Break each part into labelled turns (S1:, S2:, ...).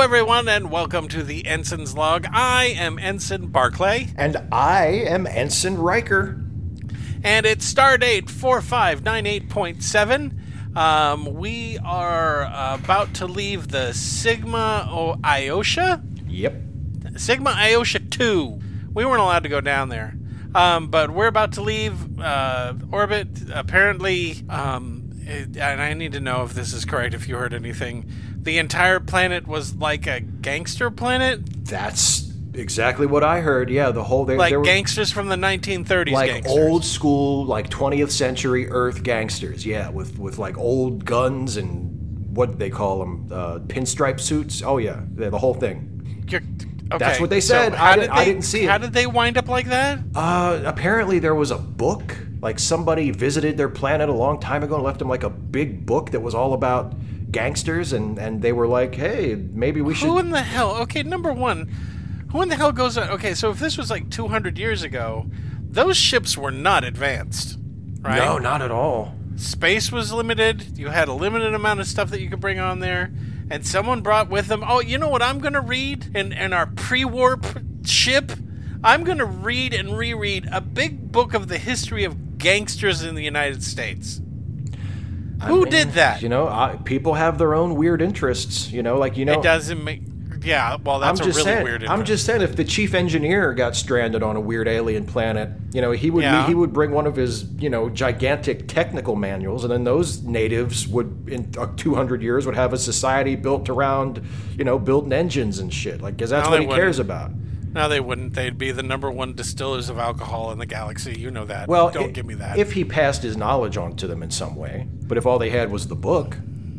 S1: everyone, and welcome to the Ensign's Log. I am Ensign Barclay,
S2: And I am Ensign Riker.
S1: and it's Stardate 4598.7. Um, we are about to leave the Sigma o- Iosha?
S2: Yep.
S1: Sigma Iosha 2. We weren't allowed to go down there. Um, but we're about to leave uh, orbit. Apparently, um, it- and I need to know if this is correct, if you heard anything. The entire planet was like a gangster planet?
S2: That's exactly what I heard. Yeah, the whole they,
S1: like
S2: they were
S1: gangsters from the 1930s
S2: like
S1: gangsters.
S2: old school, like 20th century Earth gangsters. Yeah, with with like old guns and what they call them, uh, pinstripe suits. Oh yeah, the, the whole thing.
S1: You're- okay,
S2: That's what they
S1: so
S2: said.
S1: how
S2: I
S1: did
S2: didn't- I
S1: they-
S2: didn't see
S1: How
S2: it.
S1: did they wind up like that?
S2: Uh, apparently there was a book. Like somebody visited their planet a long time ago and left them like a big book that was all about gangsters and and they were like, hey, maybe we should.
S1: Who in the hell? Okay, number one, who in the hell goes on? Okay, so if this was like 200 years ago, those ships were not advanced, right?
S2: No, not at all.
S1: Space was limited. You had a limited amount of stuff that you could bring on there, and someone brought with them. Oh, you know what? I'm gonna read in in our pre-warp ship. I'm gonna read and reread a big book of the history of gangsters in the United States. Who
S2: mean,
S1: did that?
S2: You know, I, people have their own weird interests. You know, like you know,
S1: It doesn't make. Yeah, well,
S2: I'm
S1: that's a
S2: just
S1: really
S2: saying.
S1: weird.
S2: I'm just saying, if the chief engineer got stranded on a weird alien planet, you know, he would
S1: Yeah.
S2: he would bring one of his you know gigantic technical manuals, and then those natives would in uh, 200 years would have a society built around you know building engines and shit. Like, because that's
S1: No,
S2: what
S1: they
S2: he
S1: wouldn't.
S2: cares about.
S1: No, they wouldn't. They'd be the number one distillers of alcohol in the galaxy. You know that.
S2: Well,
S1: don't
S2: i-
S1: give me that.
S2: If he passed his knowledge on to them in some way, but if all they had was the book,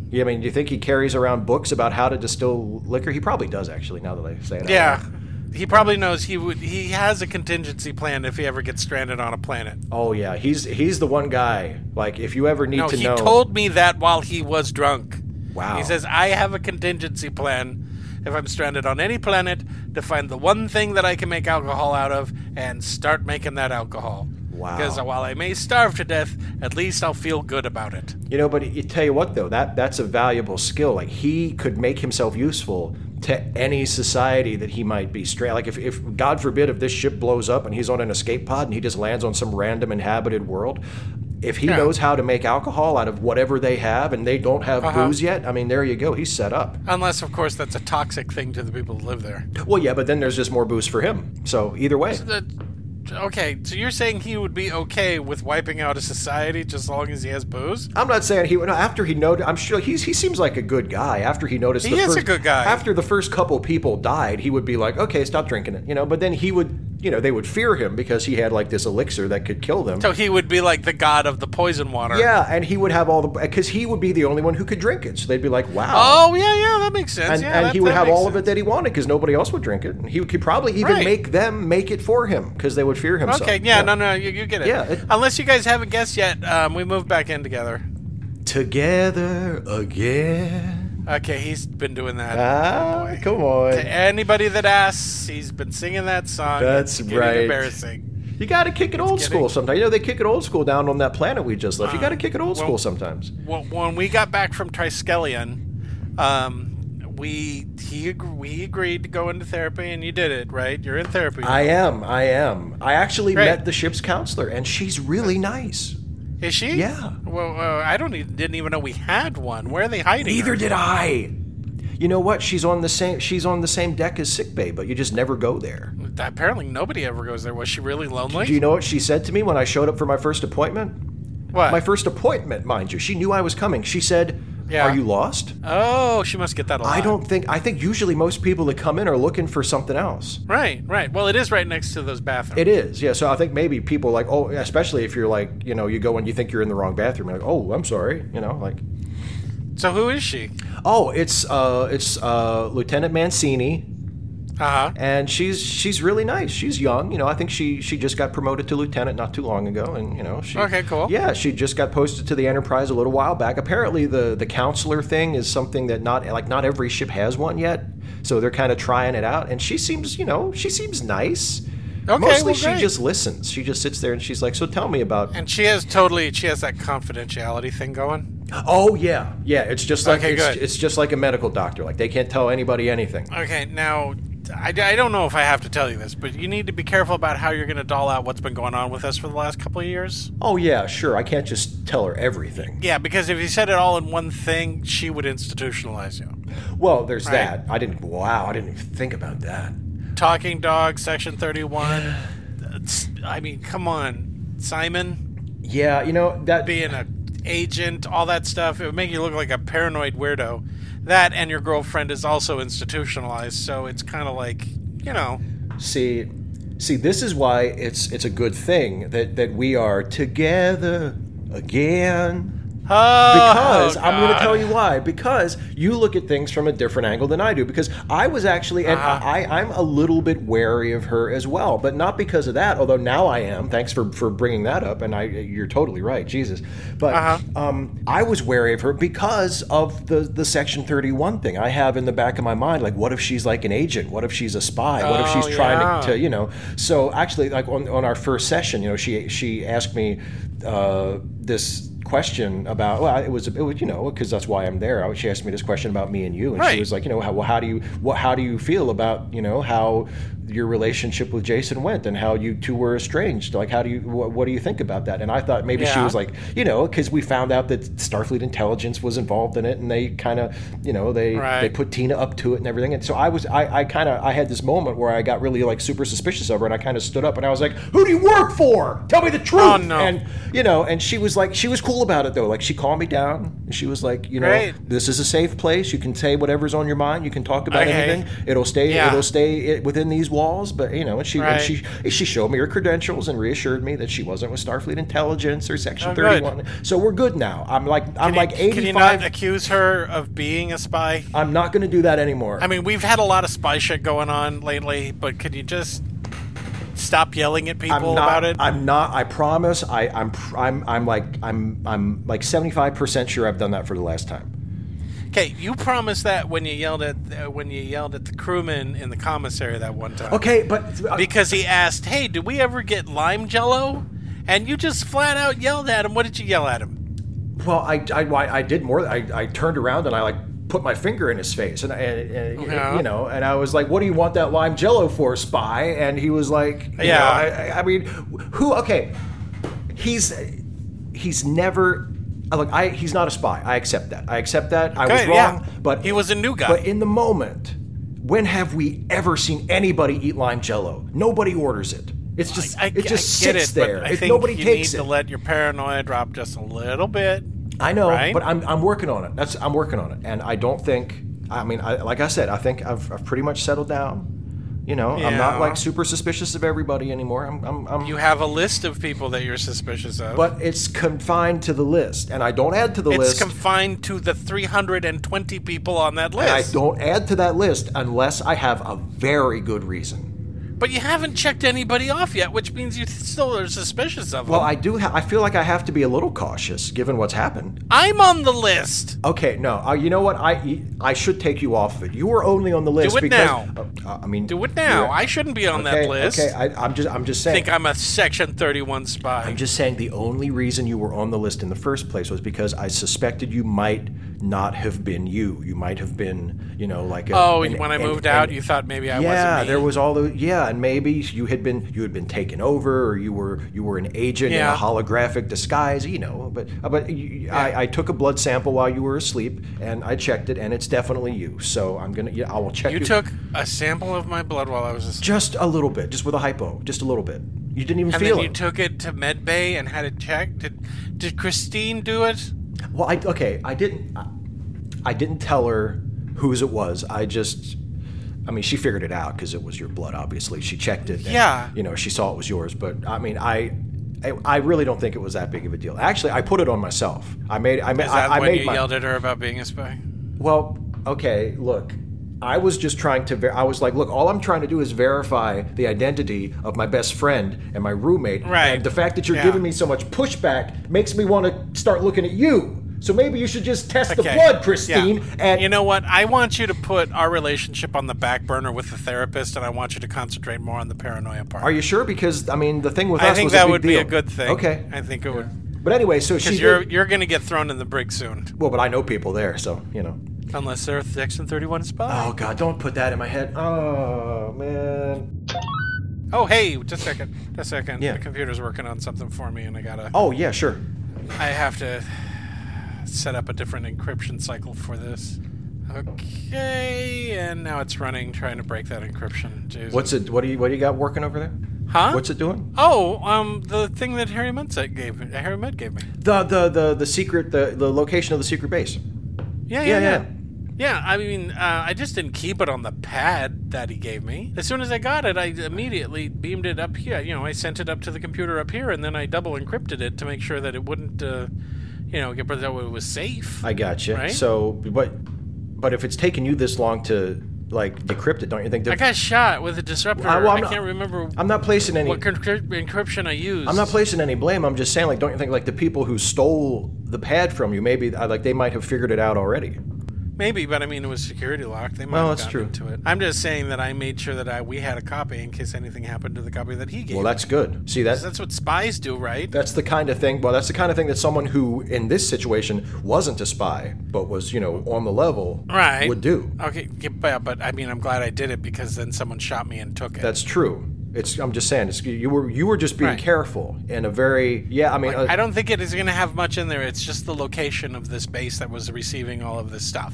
S2: yeah, I mean, do you think he carries around books about how to distill liquor? He probably does, actually. Now that I say it, out
S1: yeah,
S2: loud.
S1: he probably knows. He would. He has a contingency plan if he ever gets stranded on a planet.
S2: Oh yeah, he's he's the one guy. Like, if you ever need
S1: No,
S2: to
S1: he
S2: know,
S1: told me that while he was drunk.
S2: Wow.
S1: He says I have a contingency plan. If I'm stranded on any planet, to find the one thing that I can make alcohol out of and start making that alcohol.
S2: Wow.
S1: Because while I may starve to death, at least I'll feel good about it.
S2: you know. But you tell you what, though, that that's a valuable skill. Like, he could make himself useful to any society that he might be straight. Like, if, if God forbid, if this ship blows up and he's on an escape pod and he just lands on some random inhabited world. If he knows how to make alcohol out of whatever they have and they don't have booze yet, I mean, there you go. He's set up.
S1: Unless, of course, that's a toxic thing to the people who live there.
S2: Well, yeah, but then there's just more booze for him. So either way.
S1: The- okay, so you're saying he would be okay with wiping out a society just as long as he has booze?
S2: I'm not saying he. no, After he noticed, I'm sure he's, he seems like a good guy. After he noticed,
S1: He
S2: the
S1: is a
S2: first,
S1: good guy.
S2: After the first couple people died, he would be like, "Okay, stop drinking it," you know. But then he would, you know, they would fear him because he had like this elixir that could kill them.
S1: So he would be like the god of the poison water.
S2: yeah, and he would have all the because he would be the only one who could drink it. So they'd be like, "Wow."
S1: Oh, yeah, yeah, that makes sense.
S2: And,
S1: yeah,
S2: and
S1: that-
S2: he would
S1: that
S2: have
S1: makes
S2: all of
S1: sense.
S2: it that he wanted because nobody else would drink it. And he could probably even
S1: Right.
S2: make them make it for him because they would fear him. so-
S1: Okay, yeah, no, no, you, you get it.
S2: Yeah, it-
S1: Unless you guys haven't guessed yet, um, we moved back in together.
S2: Together again.
S1: Okay, he's been doing that.
S2: Ah,
S1: Oh, boy.
S2: come on.
S1: To anybody that asks, he's been singing that song.
S2: That's
S1: It's getting
S2: right.
S1: Embarrassing.
S2: You got to kick it old
S1: getting- Uh,
S2: school sometimes. You know, they kick it old school down on that planet we just left. You got to kick it old
S1: well-
S2: school sometimes.
S1: Wh- When we got back from Triskelion, um, we he ag- we agreed to go into therapy, and you did it, right? You're in therapy.
S2: I am. I am. I actually
S1: Great.
S2: met the ship's counselor, and she's really nice.
S1: Is she?
S2: Yeah.
S1: Well, uh, I don't e- didn't even know we had one. Where are they hiding?
S2: Neither
S1: her?
S2: did I. You know what? She's on the same. She's on the same deck as sick bay, but you just never go there.
S1: Apparently, nobody ever goes there. Was she really lonely?
S2: Do you know what she said to me when I showed up for my first appointment?
S1: what?
S2: My first appointment, mind you. She knew I was coming. She said,
S1: Yeah.
S2: "Are you lost?"
S1: oh, she must get that a lot.
S2: I don't think. I think usually most people that come in are looking for something else.
S1: Right, right. Well, it is right next to those bathrooms.
S2: It is, yeah. So I think maybe people like, oh, especially if you're like, you know, you go and you think you're in the wrong bathroom, you're like, oh, I'm sorry, you know, like,
S1: so who is she?
S2: oh, it's uh, it's uh, Lieutenant Mancini,
S1: Uh huh.
S2: and she's she's really nice. She's young, you know. I think she she just got promoted to lieutenant not too long ago, and you know, she
S1: Okay, cool.
S2: Yeah, she just got posted to the Enterprise a little while back. Apparently, the the counselor thing is something that not like not every ship has one yet, so they're kind of trying it out. And she seems, you know, she seems nice.
S1: Okay,
S2: Mostly
S1: well,
S2: she
S1: great.
S2: just listens. She just sits there and she's like, "So tell me about."
S1: And she has totally she has that confidentiality thing going.
S2: Oh yeah, yeah. It's just like
S1: Okay,
S2: it's,
S1: good.
S2: it's just like a medical doctor. Like they can't tell anybody anything.
S1: Okay, now I, I don't know if I have to tell you this, but you need to be careful about how you're going to doll out what's been going on with us for the last couple of years.
S2: Oh yeah, sure. I can't just tell her everything.
S1: Yeah, because if you said it all in one thing, she would institutionalize you.
S2: Well, there's that. I didn't. Wow, I didn't even think about that.
S1: Talking dog, section 31. It's- I mean, come on, Simon,
S2: Yeah, you know that.
S1: being a agent, all that stuff, it would make you look like a paranoid weirdo. That and your girlfriend is also institutionalized, so it's kind of like, you know,
S2: See, see, this is why it's it's a good thing that that we are together again.
S1: Oh,
S2: Because I'm going to tell you why. Because you look at things from a different angle than I do. Because I was actually, and I, I'm a little bit wary of her as well, but not because of that. Although now I am. Thanks for for bringing that up. And I, you're totally right, Jesus. But um, I was wary of her because of the the Section 31 thing. I have in the back of my mind, like, what if she's like an agent? What if she's a spy? What if
S1: Oh,
S2: she's trying
S1: yeah.
S2: to, to you know so actually like on, on our first session you know she she asked me uh, this question about well it was it was you know because that's why I'm there I- she asked me this question about me and you and she
S1: Right.
S2: was like you know how, well, how do you what how do you feel about you know how your relationship with Jason went and how you two were estranged like how do you what, what do you think about that and I thought maybe she
S1: Yeah.
S2: was like you know because we found out that Starfleet intelligence was involved in it and they kind of you know they they
S1: Right.
S2: put Tina up to it and everything. And so I was, I, I kind of, I had this moment where I got really like super suspicious of her, and I kind of stood up and I was like, "Who do you work for? Tell me the truth."
S1: Oh, no.
S2: And you know, and she was like, she was cool about it though. Like she calmed me down. And She was like, you know,
S1: Great.
S2: this is a safe place. You can say whatever's on your mind. You can talk about
S1: Okay.
S2: anything. It'll stay,
S1: Yeah.
S2: it'll stay i- within these walls. But you know, and she,
S1: Right.
S2: and she, she showed me her credentials and reassured me that she wasn't with Starfleet Intelligence or Section
S1: Oh, good.
S2: Thirty-One. So we're good now. I'm like, I'm
S1: Can you-
S2: like eighty-five.
S1: Can you not accuse her of being a spy?
S2: I'm not going to do that anymore.
S1: I mean, we've had a lot of spy shit going on lately, but could you just stop yelling at people
S2: I'm not,
S1: about it?
S2: I'm not. I promise. I, I'm. pr- I'm. I'm like. I'm. I'm like 75 percent sure I've done that for the last time.
S1: okay, you promised that when you yelled at uh, when you yelled at the crewman in the commissary that one time.
S2: Okay, but uh,
S1: Because he asked, "Hey, did we ever get lime jello?" And you just flat out yelled at him. What did you yell at him?
S2: well, I. I. I, I did more. I, I. turned around and I like put my finger in his face and, I- and, and
S1: Yeah.
S2: you know and I was like, "What do you want that lime jello for, spy?" And he was like, you
S1: Yeah.
S2: know, I, I- I mean, who? Okay, he's he's never. Look, I, he's not a spy. I accept that. I accept that. I was
S1: Okay,
S2: wrong,
S1: yeah.
S2: but
S1: He was a new guy.
S2: But in the moment, when have we ever seen anybody eat lime jello? Nobody orders it. It's just
S1: I, I
S2: it just
S1: get
S2: sits
S1: it,
S2: there.
S1: But I
S2: It-
S1: think
S2: nobody
S1: you
S2: takes
S1: need
S2: it.
S1: to let your paranoia drop just a little bit.
S2: I know,
S1: right?
S2: but I'm I'm working on it. That's I'm working on it, and I don't think. I mean, I, like I said, I think I've, I've pretty much settled down. You know, I'm not
S1: Yeah.
S2: like super suspicious of everybody anymore. I'm I'm, I'm
S1: You have a list of people that you're suspicious of.
S2: but it's confined to the list, and I don't add to the
S1: It's
S2: list.
S1: confined to the 320 people on that
S2: and I
S1: list.
S2: don't add to that list unless I have a very good reason.
S1: But you haven't checked anybody off yet, which means you still are suspicious of
S2: Well,
S1: them.
S2: I do. Ha- I feel like I have to be a little cautious given what's happened.
S1: I'm on the list.
S2: Okay, no. Uh, you know what? I I should take you off of it. You were only on the list
S1: it
S2: because
S1: now.
S2: Uh, I mean,
S1: Do it now.
S2: you're-
S1: I shouldn't be on
S2: okay,
S1: that list.
S2: Okay, I, I'm just I'm just
S1: I
S2: saying.
S1: think I'm a Section 31 spy.
S2: I'm just saying the only reason you were on the list in the first place was because I suspected you might not have been you. You might have been, you know, like a,
S1: oh, and
S2: an-
S1: when I
S2: an-
S1: moved
S2: an-
S1: out, you thought maybe I
S2: yeah,
S1: wasn't. me.
S2: there was all the yeah, and maybe you had been you had been taken over, or you were you were an agent in
S1: Yeah.
S2: a holographic disguise, you know. But but you, I, I took a blood sample while you were asleep, and I checked it, and it's definitely you. So I'm gonna yeah, I will check
S1: you took a sample of my blood while I was asleep.
S2: just a little bit, just with a hypo, just a little bit. You didn't even
S1: And
S2: feel
S1: then you
S2: it.
S1: took it to med bay and had it checked. Did, did Christine do it?
S2: Well, I okay, I didn't, I, I didn't tell her whose it was. I just, I mean, she figured it out because it was your blood. Obviously, she checked it. and,
S1: Yeah.
S2: You know, she saw it was yours. But I mean, I. I, I really don't think it was that big of a deal. Actually, I put it on myself. I made I made
S1: Is that
S2: I, I
S1: when
S2: made
S1: you
S2: my
S1: yelled at her about being a spy?
S2: well. Okay, look, I was just trying to. Ver- I was like, look, all I'm trying to do is verify the identity of my best friend and my roommate.
S1: Right.
S2: And the fact that you're
S1: Yeah.
S2: giving me so much pushback makes me want to start looking at you. So maybe you should just test the
S1: Okay.
S2: blood, Christine.
S1: Yeah.
S2: And
S1: you know what? I want you to put our relationship on the back burner with the therapist, and I want you to concentrate more on the paranoia part.
S2: are you sure? Because I mean, the thing with
S1: I
S2: us
S1: think
S2: was a
S1: that
S2: big
S1: would be a
S2: deal.
S1: good thing.
S2: Okay.
S1: I think it would.
S2: But anyway, so she
S1: Because you're
S2: did-
S1: you're gonna get thrown in the brig soon,
S2: well, but I know people there, so you know.
S1: unless they're a Section 31 spy.
S2: Oh God, don't put that in my head. Oh man.
S1: Oh. hey, just a second, just a second.
S2: Yeah.
S1: The computer's working on something for me, and I gotta.
S2: Oh yeah, sure.
S1: I have to set up a different encryption cycle for this. Okay, and now it's running, trying to break that encryption. Jesus.
S2: What's it? What do you What do you got working over there?
S1: huh?
S2: What's it doing?
S1: Oh, um, the thing that Harry Munsett gave me, Harry Mudd gave me.
S2: The the the the secret the the location of the secret base.
S1: Yeah, yeah,
S2: Yeah,
S1: yeah.
S2: yeah.
S1: Yeah, I mean, uh, I just didn't keep it on the pad that he gave me. As soon as I got it, I immediately beamed it up here. You know, I sent it up to the computer up here, and then I double encrypted it to make sure that it wouldn't, uh, you know, get that it was safe.
S2: I got you.
S1: Right?
S2: So, but but if it's taken you this long to like decrypt it, don't you think?
S1: I
S2: That,
S1: got shot with a disruptor.
S2: I- well,
S1: I
S2: I'm not-
S1: can't remember
S2: I'm not placing any.
S1: what encryp- encryption I used.
S2: I'm not placing any blame. I'm just saying, like, don't you think like the people who stole the pad from you, maybe uh, like they might have figured it out already?
S1: Maybe, but I mean, it was security locked. They might
S2: Well,
S1: have
S2: that's
S1: gotten into it. I'm just saying that I made sure that I we had a copy in case anything happened to the copy that he gave.
S2: Well,
S1: me.
S2: that's good. See that.
S1: that's what spies do, right?
S2: That's the kind of thing. Well, that's the kind of thing that someone who, in this situation, wasn't a spy but was, you know, on the level,
S1: Right.
S2: would do.
S1: Okay, yeah, but, but I mean, I'm glad I did it because then someone shot me and took it.
S2: That's true. It's. I'm just saying. It's, you were. You were just being
S1: Right.
S2: careful in a very. Yeah. I mean. uh,
S1: I don't think it is going to have much in there. It's just the location of this base that was receiving all of this stuff,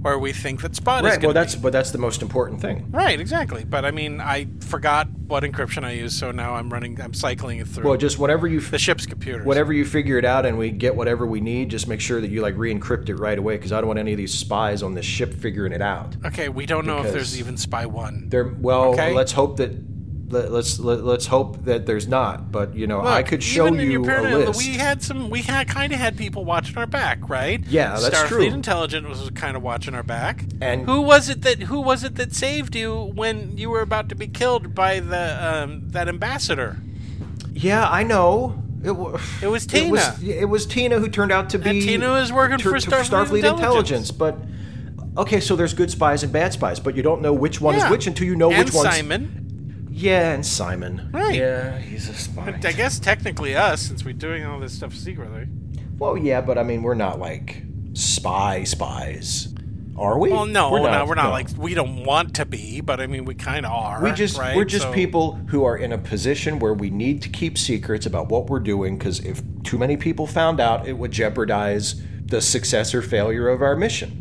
S1: where we think that Spot is.
S2: right.
S1: gonna
S2: Well, that's.
S1: be.
S2: But that's the most important thing.
S1: right, exactly. But I mean, I forgot what encryption I used, so now I'm running. I'm cycling it through
S2: Well, just whatever you.
S1: the ship's computers.
S2: Whatever you figure it out, and we get whatever we need, just make sure that you like re-encrypt it right away, because I don't want any of these spies on this ship figuring it out.
S1: Okay, we don't know if
S2: Because-
S1: there's even Spy One.
S2: There. Well,
S1: Okay.
S2: let's hope that. Let, let's let, let's hope that there's not. But you know, I
S1: Look,
S2: could show
S1: even in
S2: you
S1: your
S2: a
S1: paranoia,
S2: list.
S1: We had some. We had kind of had people watching our back, right?
S2: Yeah, that's
S1: Starfleet
S2: true.
S1: Intelligence was kind of watching our back.
S2: And-
S1: who was it that who was it that saved you when you were about to be killed by the um, that ambassador?
S2: Yeah, I know. It, w-
S1: It was
S2: It was,
S1: Tina.
S2: it was Tina who turned out to be.
S1: Tina is working
S2: tur-
S1: for
S2: to-
S1: Starfleet Intelligence.
S2: But okay, so there's good spies and bad spies, but you don't know which one
S1: Yeah.
S2: is which until you know
S1: and
S2: which one's.
S1: Simon.
S2: Yeah, and Simon.
S1: Right.
S2: Yeah, he's a spy.
S1: I guess technically us, since we're doing all this stuff secretly.
S2: well, yeah, but I mean, we're not like spy spies, are we?
S1: Well, no,
S2: we're not.
S1: no, we're not
S2: no.
S1: like we don't want to be, but I mean we kind of are.
S2: We just
S1: right?
S2: we're just
S1: So-
S2: people who are in a position where we need to keep secrets about what we're doing because if too many people found out, it would jeopardize the success or failure of our mission.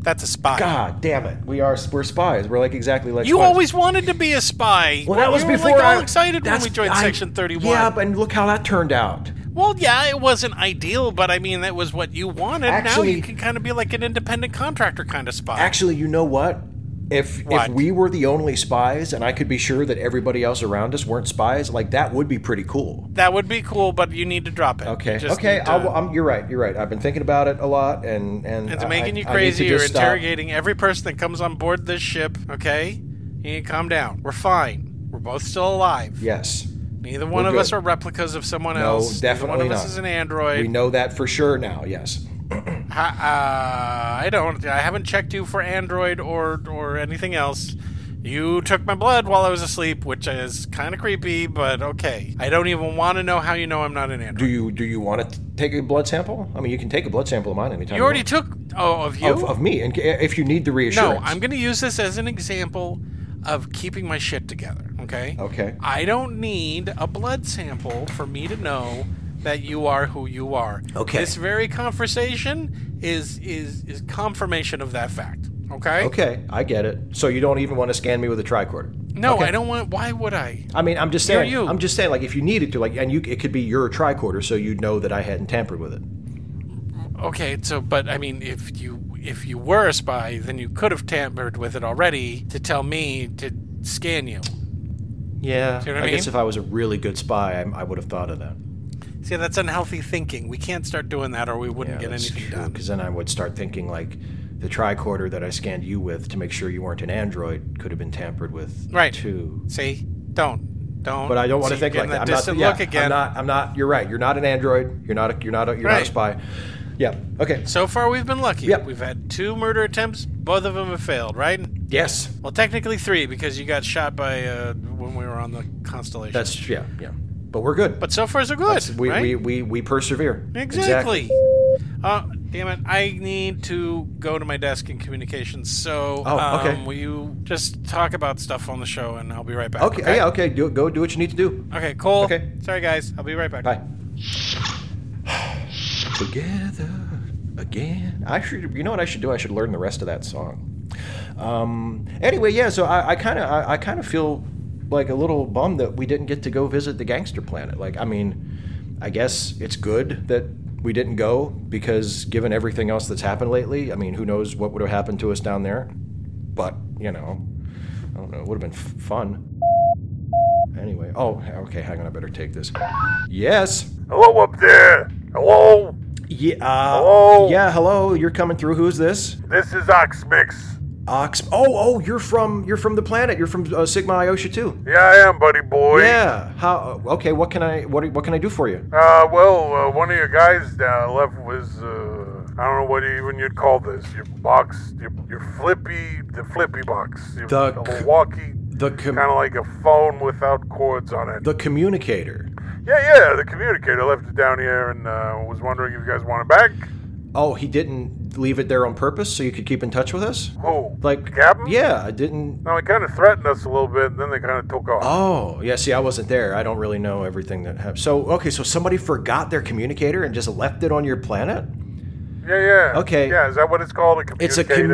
S1: That's a spy.
S2: God damn it, we are we're spies. We're like exactly like
S1: You
S2: spies.
S1: always wanted to be a spy.
S2: Well, that was
S1: we were
S2: before
S1: like all
S2: I-
S1: excited when
S2: that's-
S1: we joined
S2: I-
S1: Section 31.
S2: Yeah, but and look how that turned out.
S1: well, yeah, it wasn't ideal, but I mean, that was what you wanted. now you
S2: Actually-
S1: can kind of be like an independent contractor kind of spy.
S2: Actually, you know what? If
S1: What?
S2: if we were the only spies, and I could be sure that everybody else around us weren't spies, like that would be pretty cool.
S1: that would be cool, but you need to drop it.
S2: Okay.
S1: Just
S2: okay.
S1: need to-
S2: I'll, I'm, you're right. You're right. I've been thinking about it a lot, and and
S1: it's
S2: I-
S1: making
S2: I-
S1: you
S2: I need to
S1: crazy. You're
S2: just stop.
S1: interrogating every person that comes on board this ship, okay? You need to calm down. We're fine. We're both still alive.
S2: Yes.
S1: Neither one
S2: We're
S1: of us
S2: good.
S1: are replicas of someone
S2: No,
S1: else. Neither
S2: definitely
S1: one of us
S2: not.
S1: is an android.
S2: We know that for sure now. Yes.
S1: I, uh, I don't. I haven't checked you for Android or or anything else. You took my blood while I was asleep, which is kind of creepy, but okay. I don't even want to know how you know I'm not an Android.
S2: Do you do you want to take a blood sample? I mean, you can take a blood sample of mine anytime.
S1: you already
S2: want.
S1: took. Oh, of you?
S2: of, of me, and if you need the reassurance.
S1: no, I'm going to use this as an example of keeping my shit together. Okay.
S2: Okay.
S1: I don't need a blood sample for me to know that you are who you are.
S2: Okay.
S1: This very conversation is is is confirmation of that fact. Okay.
S2: Okay, I get it. So you don't even want to scan me with a tricorder.
S1: No,
S2: Okay.
S1: I don't want. Why would I?
S2: I mean, I'm just saying.
S1: you.
S2: I'm just saying, like, if you needed to, like, and you, it could be your tricorder, so you'd know that I hadn't tampered with it.
S1: Okay, so but I mean, if you if you were a spy, then you could have tampered with it already to tell me to scan you.
S2: Yeah.
S1: See what I
S2: I guess
S1: mean?
S2: if I was a really good spy, I, I would have thought of that.
S1: See, that's unhealthy thinking. We can't start doing that, or we wouldn't get anything done.
S2: Because then I would start thinking like the tricorder that I scanned you with to make sure you weren't an android could have been tampered with
S1: Right.
S2: too.
S1: See, don't, don't.
S2: But I don't want
S1: See,
S2: to think
S1: getting
S2: like that.
S1: Distant
S2: I'm not, yeah,
S1: look again.
S2: I'm not. I'm not. You're right. You're not an android. You're not. A, you're not. A, you're
S1: Right.
S2: not a spy. Yeah. Okay.
S1: So far, we've been lucky.
S2: Yep.
S1: We've had two murder attempts. Both of them have failed, right?
S2: Yes.
S1: Well, technically three because you got shot by uh, when we were on the constellation.
S2: That's yeah. Yeah. But we're good.
S1: but so far, so good.
S2: we,
S1: right?
S2: we, we, we persevere.
S1: Exactly. Uh, damn it! I need to go to my desk in communications. So,
S2: Oh,
S1: um,
S2: okay.
S1: will you just talk about stuff on the show, and I'll be right back.
S2: Okay. Yeah. Okay. Do go do what you need to do.
S1: Okay, Cole.
S2: Okay.
S1: Sorry, guys. I'll be right back.
S2: Bye. Together again. I should. You know what I should do? I should learn the rest of that song. Um, anyway, yeah. So I kind of I kind of feel like a little bummed that we didn't get to go visit the gangster planet. Like, I mean, I guess it's good that we didn't go because given everything else that's happened lately, I mean, who knows what would have happened to us down there? But you know, I don't know. It would have been f- fun. Anyway, oh, okay. Hang on. I better take this. Yes.
S3: Hello up there. Hello.
S2: Yeah. Uh,
S3: Hello?
S2: Yeah. Hello. You're coming through. Who's this?
S3: This is Oxmix.
S2: Ox. Oh. Oh. You're from. You're from the planet. You're from uh, Sigma Iosha too.
S3: Yeah, I am, buddy boy.
S2: Yeah. How? uh, Okay. What can I? What? What can I do for you?
S3: Uh, well, uh, one of your guys that I left was, uh, I don't know what even you'd call this. Your box, your, your flippy, the flippy box. Your,
S2: The
S3: the
S2: c-
S3: Milwaukee,
S2: The com-
S3: kind of like a phone without cords on it.
S2: the communicator.
S3: yeah, yeah, the communicator left it down here and uh, was wondering if you guys want it back.
S2: Oh, he didn't leave it there on purpose, so you could keep in touch with us.
S3: Oh,
S2: Like.
S3: the captain?
S2: Yeah. I didn't.
S3: No, they kind of threatened us a little bit, and then they kind of took off.
S2: Oh. Yeah. See, I wasn't there. I don't really know everything that happened. So okay. So somebody forgot their communicator and just left it on your planet.
S3: yeah, yeah.
S2: okay.
S3: Yeah, is that what it's called? A
S2: It's a
S3: communicator?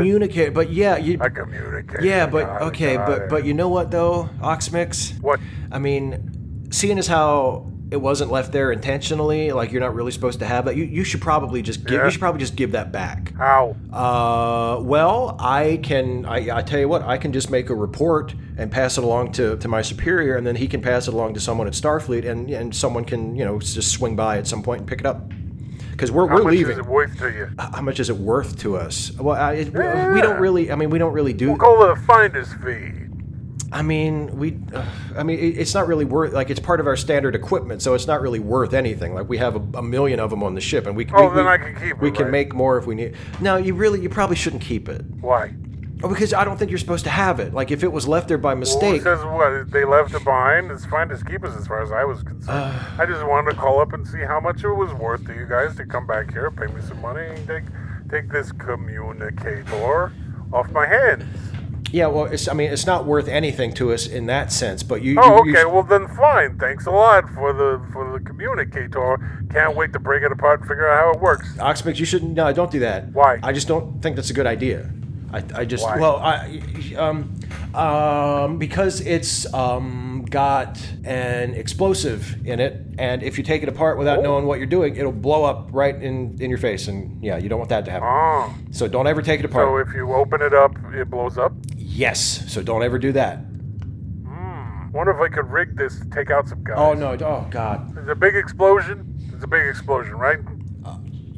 S2: communicator. But yeah. You.
S3: I communicate.
S2: Yeah, but
S3: Got it,
S2: okay,
S3: got
S2: but
S3: it.
S2: but you know what though, Oxmix?
S3: what?
S2: I mean, seeing as how it wasn't left there intentionally, like you're not really supposed to have that. You, you should probably just give.
S3: Yeah.
S2: You should probably just give that back.
S3: How?
S2: Uh, well, I can. I, I tell you what, I can just make a report and pass it along to, to my superior, and then he can pass it along to someone at Starfleet, and and someone can you know just swing by at some point and pick it up. Because we're,
S3: How
S2: we're
S3: much
S2: leaving.
S3: is it worth to you?
S2: How much is it worth to us? Well, I, it, we don't
S3: Yeah.
S2: really. I mean, we don't really do.
S3: We'll call it a finder's fee.
S2: I mean, we. Uh, I mean, it, it's not really worth. Like, it's part of our standard equipment, so it's not really worth anything. Like, we have a, a million of them on the ship, and we.
S3: Oh,
S2: we,
S3: then
S2: we-
S3: I can keep it,
S2: We can
S3: right?
S2: make more if we need. No, you really, you probably shouldn't keep it,
S3: Why?
S2: oh, because I don't think you're supposed to have it. Like, if it was left there by
S3: Well,
S2: mistake.
S3: it says what? They left it behind. It's finders keepers as far as I was concerned.
S2: Uh.
S3: I just wanted to call up and see how much it was worth to you guys to come back here, pay me some money, and take, take this communicator off my hands.
S2: yeah, well, it's, I mean, it's not worth anything to us in that sense. But you.
S3: Oh,
S2: you- you
S3: okay.
S2: sh-
S3: Well, then fine. Thanks a lot for the for the communicator. Can't wait to break it apart and figure out how it works.
S2: Oxmix, you shouldn't. No, don't do that.
S3: Why?
S2: I just don't think that's a good idea. I, I just.
S3: Why?
S2: Well, I, um, um, because it's um, got an explosive in it, and if you take it apart without
S3: Oh.
S2: knowing what you're doing, it'll blow up right in, in your face, and yeah, you don't want that to happen.
S3: Oh.
S2: so don't ever take it apart.
S3: So if you open it up, it blows up.
S2: yes. So don't ever do that.
S3: Wonder if I could rig this to take out some guys.
S2: Oh no! Oh God!
S3: It's a big explosion. It's a big explosion, right?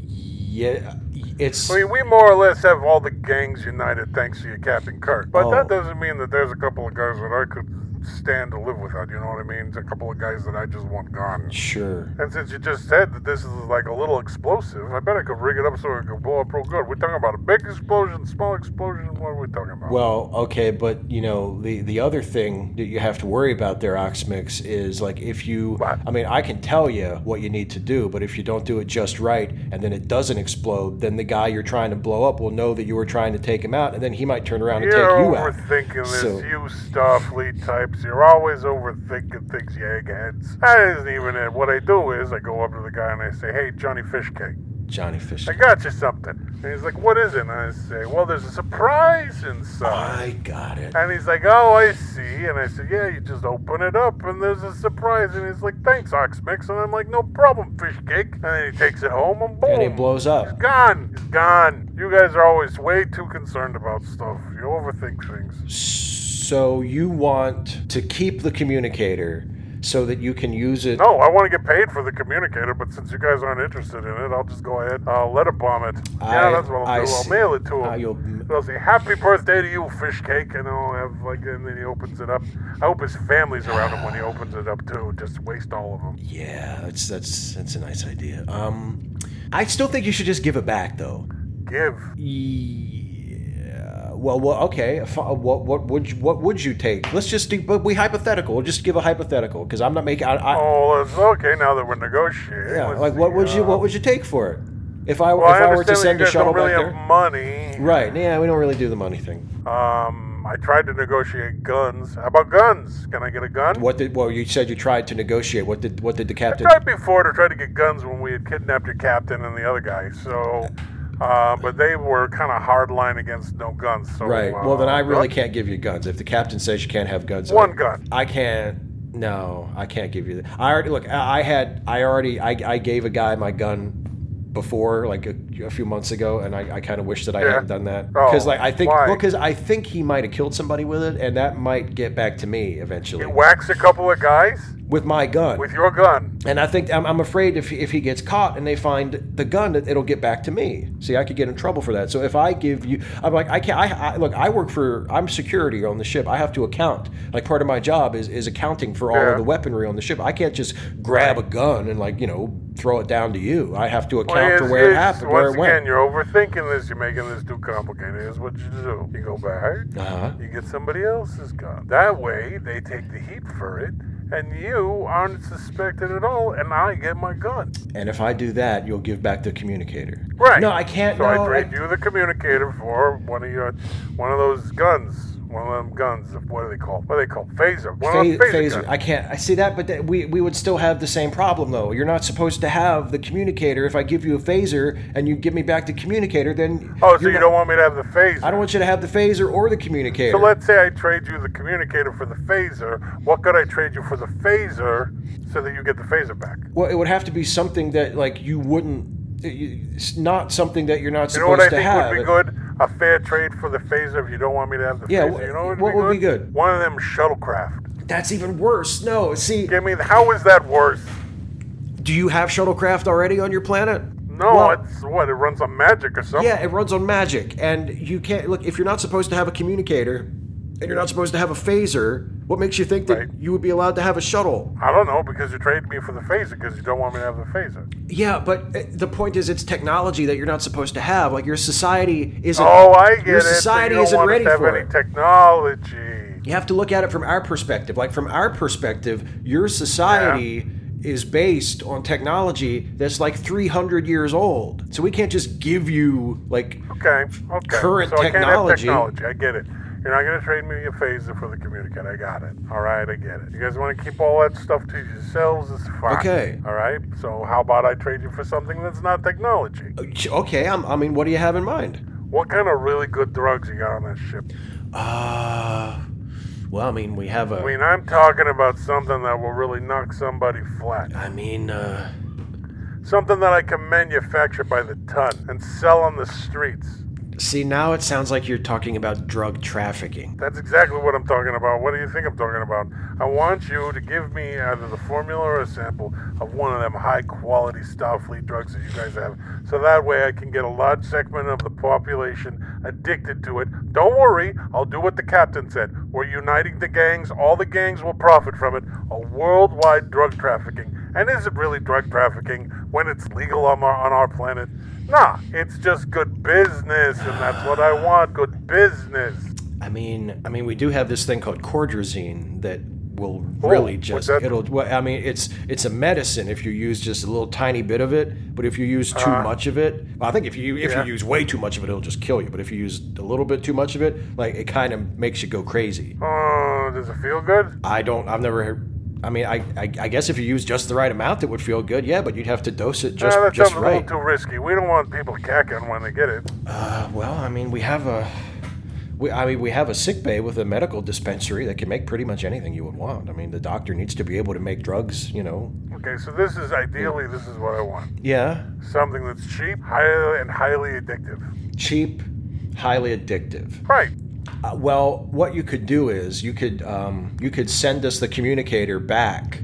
S2: Yeah, it's.
S3: I mean, we more or less have all the gangs united thanks to you, Captain Kirk. But
S2: Oh.
S3: that doesn't mean that there's a couple of guys that I could stand to live without. You know what I mean? It's a couple of guys that I just want gone.
S2: Sure.
S3: And since you just said that this is like a little explosive, I bet I could rig it up so it could blow up real good. We're talking about a big explosion, small explosion. What are we talking about?
S2: Well, okay, but you know the the other thing that you have to worry about there, Oxmix, is like if you,
S3: What?
S2: I mean, I can tell you what you need to do, but if you don't do it just right and then it doesn't explode, then the guy you're trying to blow up will know that you were trying to take him out, and then he might turn around and
S3: You're
S2: take you out.
S3: overthinking this,
S2: So-
S3: you Starfleet types. You're always overthinking things, you eggheads. That isn't even it. What I do is I go up to the guy and I say, "Hey, Johnny Fishcake,
S2: Johnny Fish.
S3: I got you something." And he's like, "What is it?" And I say, "Well, there's a surprise inside."
S2: I got it.
S3: And he's like, "Oh, I see." And I said, "Yeah, you just open it up, and there's a surprise." And he's like, "Thanks, Oxmix." And I'm like, "No problem, fish cake." And then he takes it home, and boom,
S2: And it blows
S3: He's
S2: up.
S3: gone. He's gone. You guys are always way too concerned about stuff. You overthink things.
S2: So you want to keep the communicator so that you can use it.
S3: No, I want to get paid for the communicator, but since you guys aren't interested in it, I'll just go ahead. I'll let it bomb it.
S2: I-
S3: yeah, that's what I'll
S2: I
S3: do.
S2: see.
S3: I'll mail it to him.
S2: Ah, you'll-
S3: They'll say, "Happy birthday to you, fish cake," and I'll have like, and then he opens it up. I hope his family's around him when he opens it up too. Just waste all of them.
S2: Yeah, that's that's that's a nice idea. Um, I still think you should just give it back, though.
S3: Give.
S2: Yeah. Well, well, okay. If- uh, What what would you, what would you take? Let's just do. But we hypothetical. We'll just give a hypothetical because I'm not making. I, I,
S3: Oh, it's okay now that we're negotiating.
S2: yeah.
S3: let's
S2: Like, what
S3: see,
S2: would you
S3: uh,
S2: what would you take for it? If I
S3: Well,
S2: if
S3: I
S2: I, were
S3: understand
S2: to
S3: that
S2: send a
S3: you
S2: shuttle
S3: guys don't really
S2: back
S3: have
S2: there,
S3: money.
S2: right? Yeah, we don't really do the money thing.
S3: Um, I tried to negotiate guns. How about guns? Can I get a gun?
S2: What did? Well, you said you tried to negotiate. What did? What did the
S3: I
S2: captain?
S3: tried before to try to get guns when we had kidnapped your captain and the other guy. So, uh, but they were kind of hard line against no guns. So,
S2: Right.
S3: uh,
S2: Well, then I really
S3: gun-
S2: can't give you guns. If the captain says you can't have guns,
S3: One
S2: I,
S3: gun.
S2: I can't. No, I can't give you that. I already look. I I had. I already. I, I gave a guy my gun before, like a, a few months ago, and I, I kind of wish that I
S3: Yeah.
S2: hadn't done that because,
S3: Oh,
S2: like, I think
S3: why?
S2: because I think he might have killed somebody with it, and that might get back to me eventually
S3: You wax a couple of guys
S2: with my gun.
S3: with your gun.
S2: and I think I'm, I'm afraid if if he gets caught and they find the gun, that it'll get back to me. See, I could get in trouble for that. So if I give you, I'm like I can't. I, I look. I work for. I'm security on the ship. I have to account. Like part of my job is is accounting for all
S3: Yeah.
S2: of the weaponry on the ship. I can't just grab a gun and like you know throw it down to you. I have to account
S3: Well,
S2: for
S3: it's-
S2: where it
S3: it's-
S2: happened, where
S3: Once
S2: it went.
S3: again, you're overthinking this. You're making this too complicated. Is what you do. You go back.
S2: uh-huh.
S3: You get somebody else's gun. That way, they take the heat for it, and you aren't suspected at all, and I get my gun.
S2: And if I do that, you'll give back the communicator.
S3: Right.
S2: No, I can't.
S3: So
S2: no,
S3: I
S2: I-
S3: trade you the communicator for one of your, one of those guns, one of them guns. What are they called? What are they called? Phaser. One
S2: Pha-
S3: of them phaser.
S2: phaser.
S3: guns.
S2: I can't. I see that, but that we we would still have the same problem though. You're not supposed to have the communicator. If I give you a phaser and you give me back the communicator, then
S3: Oh,
S2: you're
S3: so you
S2: not-
S3: don't want me to have the phaser?
S2: I don't want you to have the phaser or the communicator.
S3: So let's say I trade you the communicator for the phaser. What could I trade you for the phaser so that you get the phaser back?
S2: well, it would have to be something that like you wouldn't. that you- It's not something that you're not
S3: You
S2: supposed
S3: know what I
S2: to
S3: think
S2: have.
S3: would be good? A fair trade for the phaser if you don't want me to have the
S2: Yeah,
S3: phaser. You know what,
S2: what would be good?
S3: One of them shuttlecraft.
S2: That's even worse. No, see,
S3: Give me. The, how is that worse?
S2: do you have shuttlecraft already on your planet?
S3: No,
S2: Well-
S3: it's what it runs on magic or something.
S2: Yeah, it runs on magic, and you can't look if you're not supposed to have a communicator, and you're not supposed to have a phaser. What makes you think that
S3: Right.
S2: you would be allowed to have a shuttle?
S3: I don't know because you traded me for the phaser because you don't want me to have the phaser.
S2: Yeah, but uh, the point is, it's technology that you're not supposed to have. Like your society isn't.
S3: Oh, I get
S2: your
S3: it. so
S2: society
S3: you don't
S2: isn't
S3: want us
S2: ready
S3: to have
S2: for
S3: any
S2: it.
S3: technology.
S2: you have to look at it from our perspective. Like from our perspective, your society. Is based on technology that's like 300 years old. So we can't just give you, like,
S3: Okay, okay.
S2: Current
S3: so I Can't have
S2: technology.
S3: technology. I get it. You're not going to trade me a phaser for the communicator. I got it. All right, I get it. You guys want to keep all that stuff to yourselves? It's fine.
S2: Okay.
S3: All right. So how about I trade you for something that's not technology?
S2: uh, okay, I'm, I mean, what do you have in mind?
S3: What kind of really good drugs you got on that ship?
S2: Uh, well, I mean, we have a.
S3: I mean, I'm talking about something that will really knock somebody flat.
S2: I mean, uh,
S3: Something that I can manufacture by the ton and sell on the streets.
S2: see, now it sounds like you're talking about drug trafficking.
S3: That's exactly what I'm talking about. What do you think I'm talking about? I want you to give me either the formula or a sample of one of them high quality Starfleet drugs that you guys have. So that way I can get a large segment of the population addicted to it. Don't worry, I'll do what the captain said. We're uniting the gangs, all the gangs will profit from it. A worldwide drug trafficking. And is it really drug trafficking when it's legal on our, on our planet? Nah, it's just good business, and that's what I want good business.
S2: I mean, I mean, we do have this thing called cordrazine that will
S3: Oh,
S2: really
S3: what's
S2: just
S3: that?
S2: it'll. Well, I mean, it's it's a medicine if you use just a little tiny bit of it, but if you use too much of it, well, I think if you if
S3: Uh-huh. Yeah.
S2: you use way too much of it, it'll just kill you. But if you use a little bit too much of it, like it kind of makes you go crazy.
S3: Oh, does it feel good?
S2: I don't. I've never. heard- I mean, I, I, I guess if you use just the right amount, it would feel good. Yeah, but you'd have to dose it just
S3: no, that
S2: just
S3: sounds a
S2: right.
S3: little too risky. We don't want people cacking when they get it.
S2: Uh, well, I mean, we have a. We, I mean, we have a sick bay with a medical dispensary that can make pretty much anything you would want. I mean, the doctor needs to be able to make drugs, you know.
S3: Okay, so this is ideally this is what I want.
S2: Yeah,
S3: Something that's cheap, highly and highly addictive.
S2: cheap, highly addictive.
S3: Right.
S2: Uh, well, what you could do is you could um, you could send us the communicator back,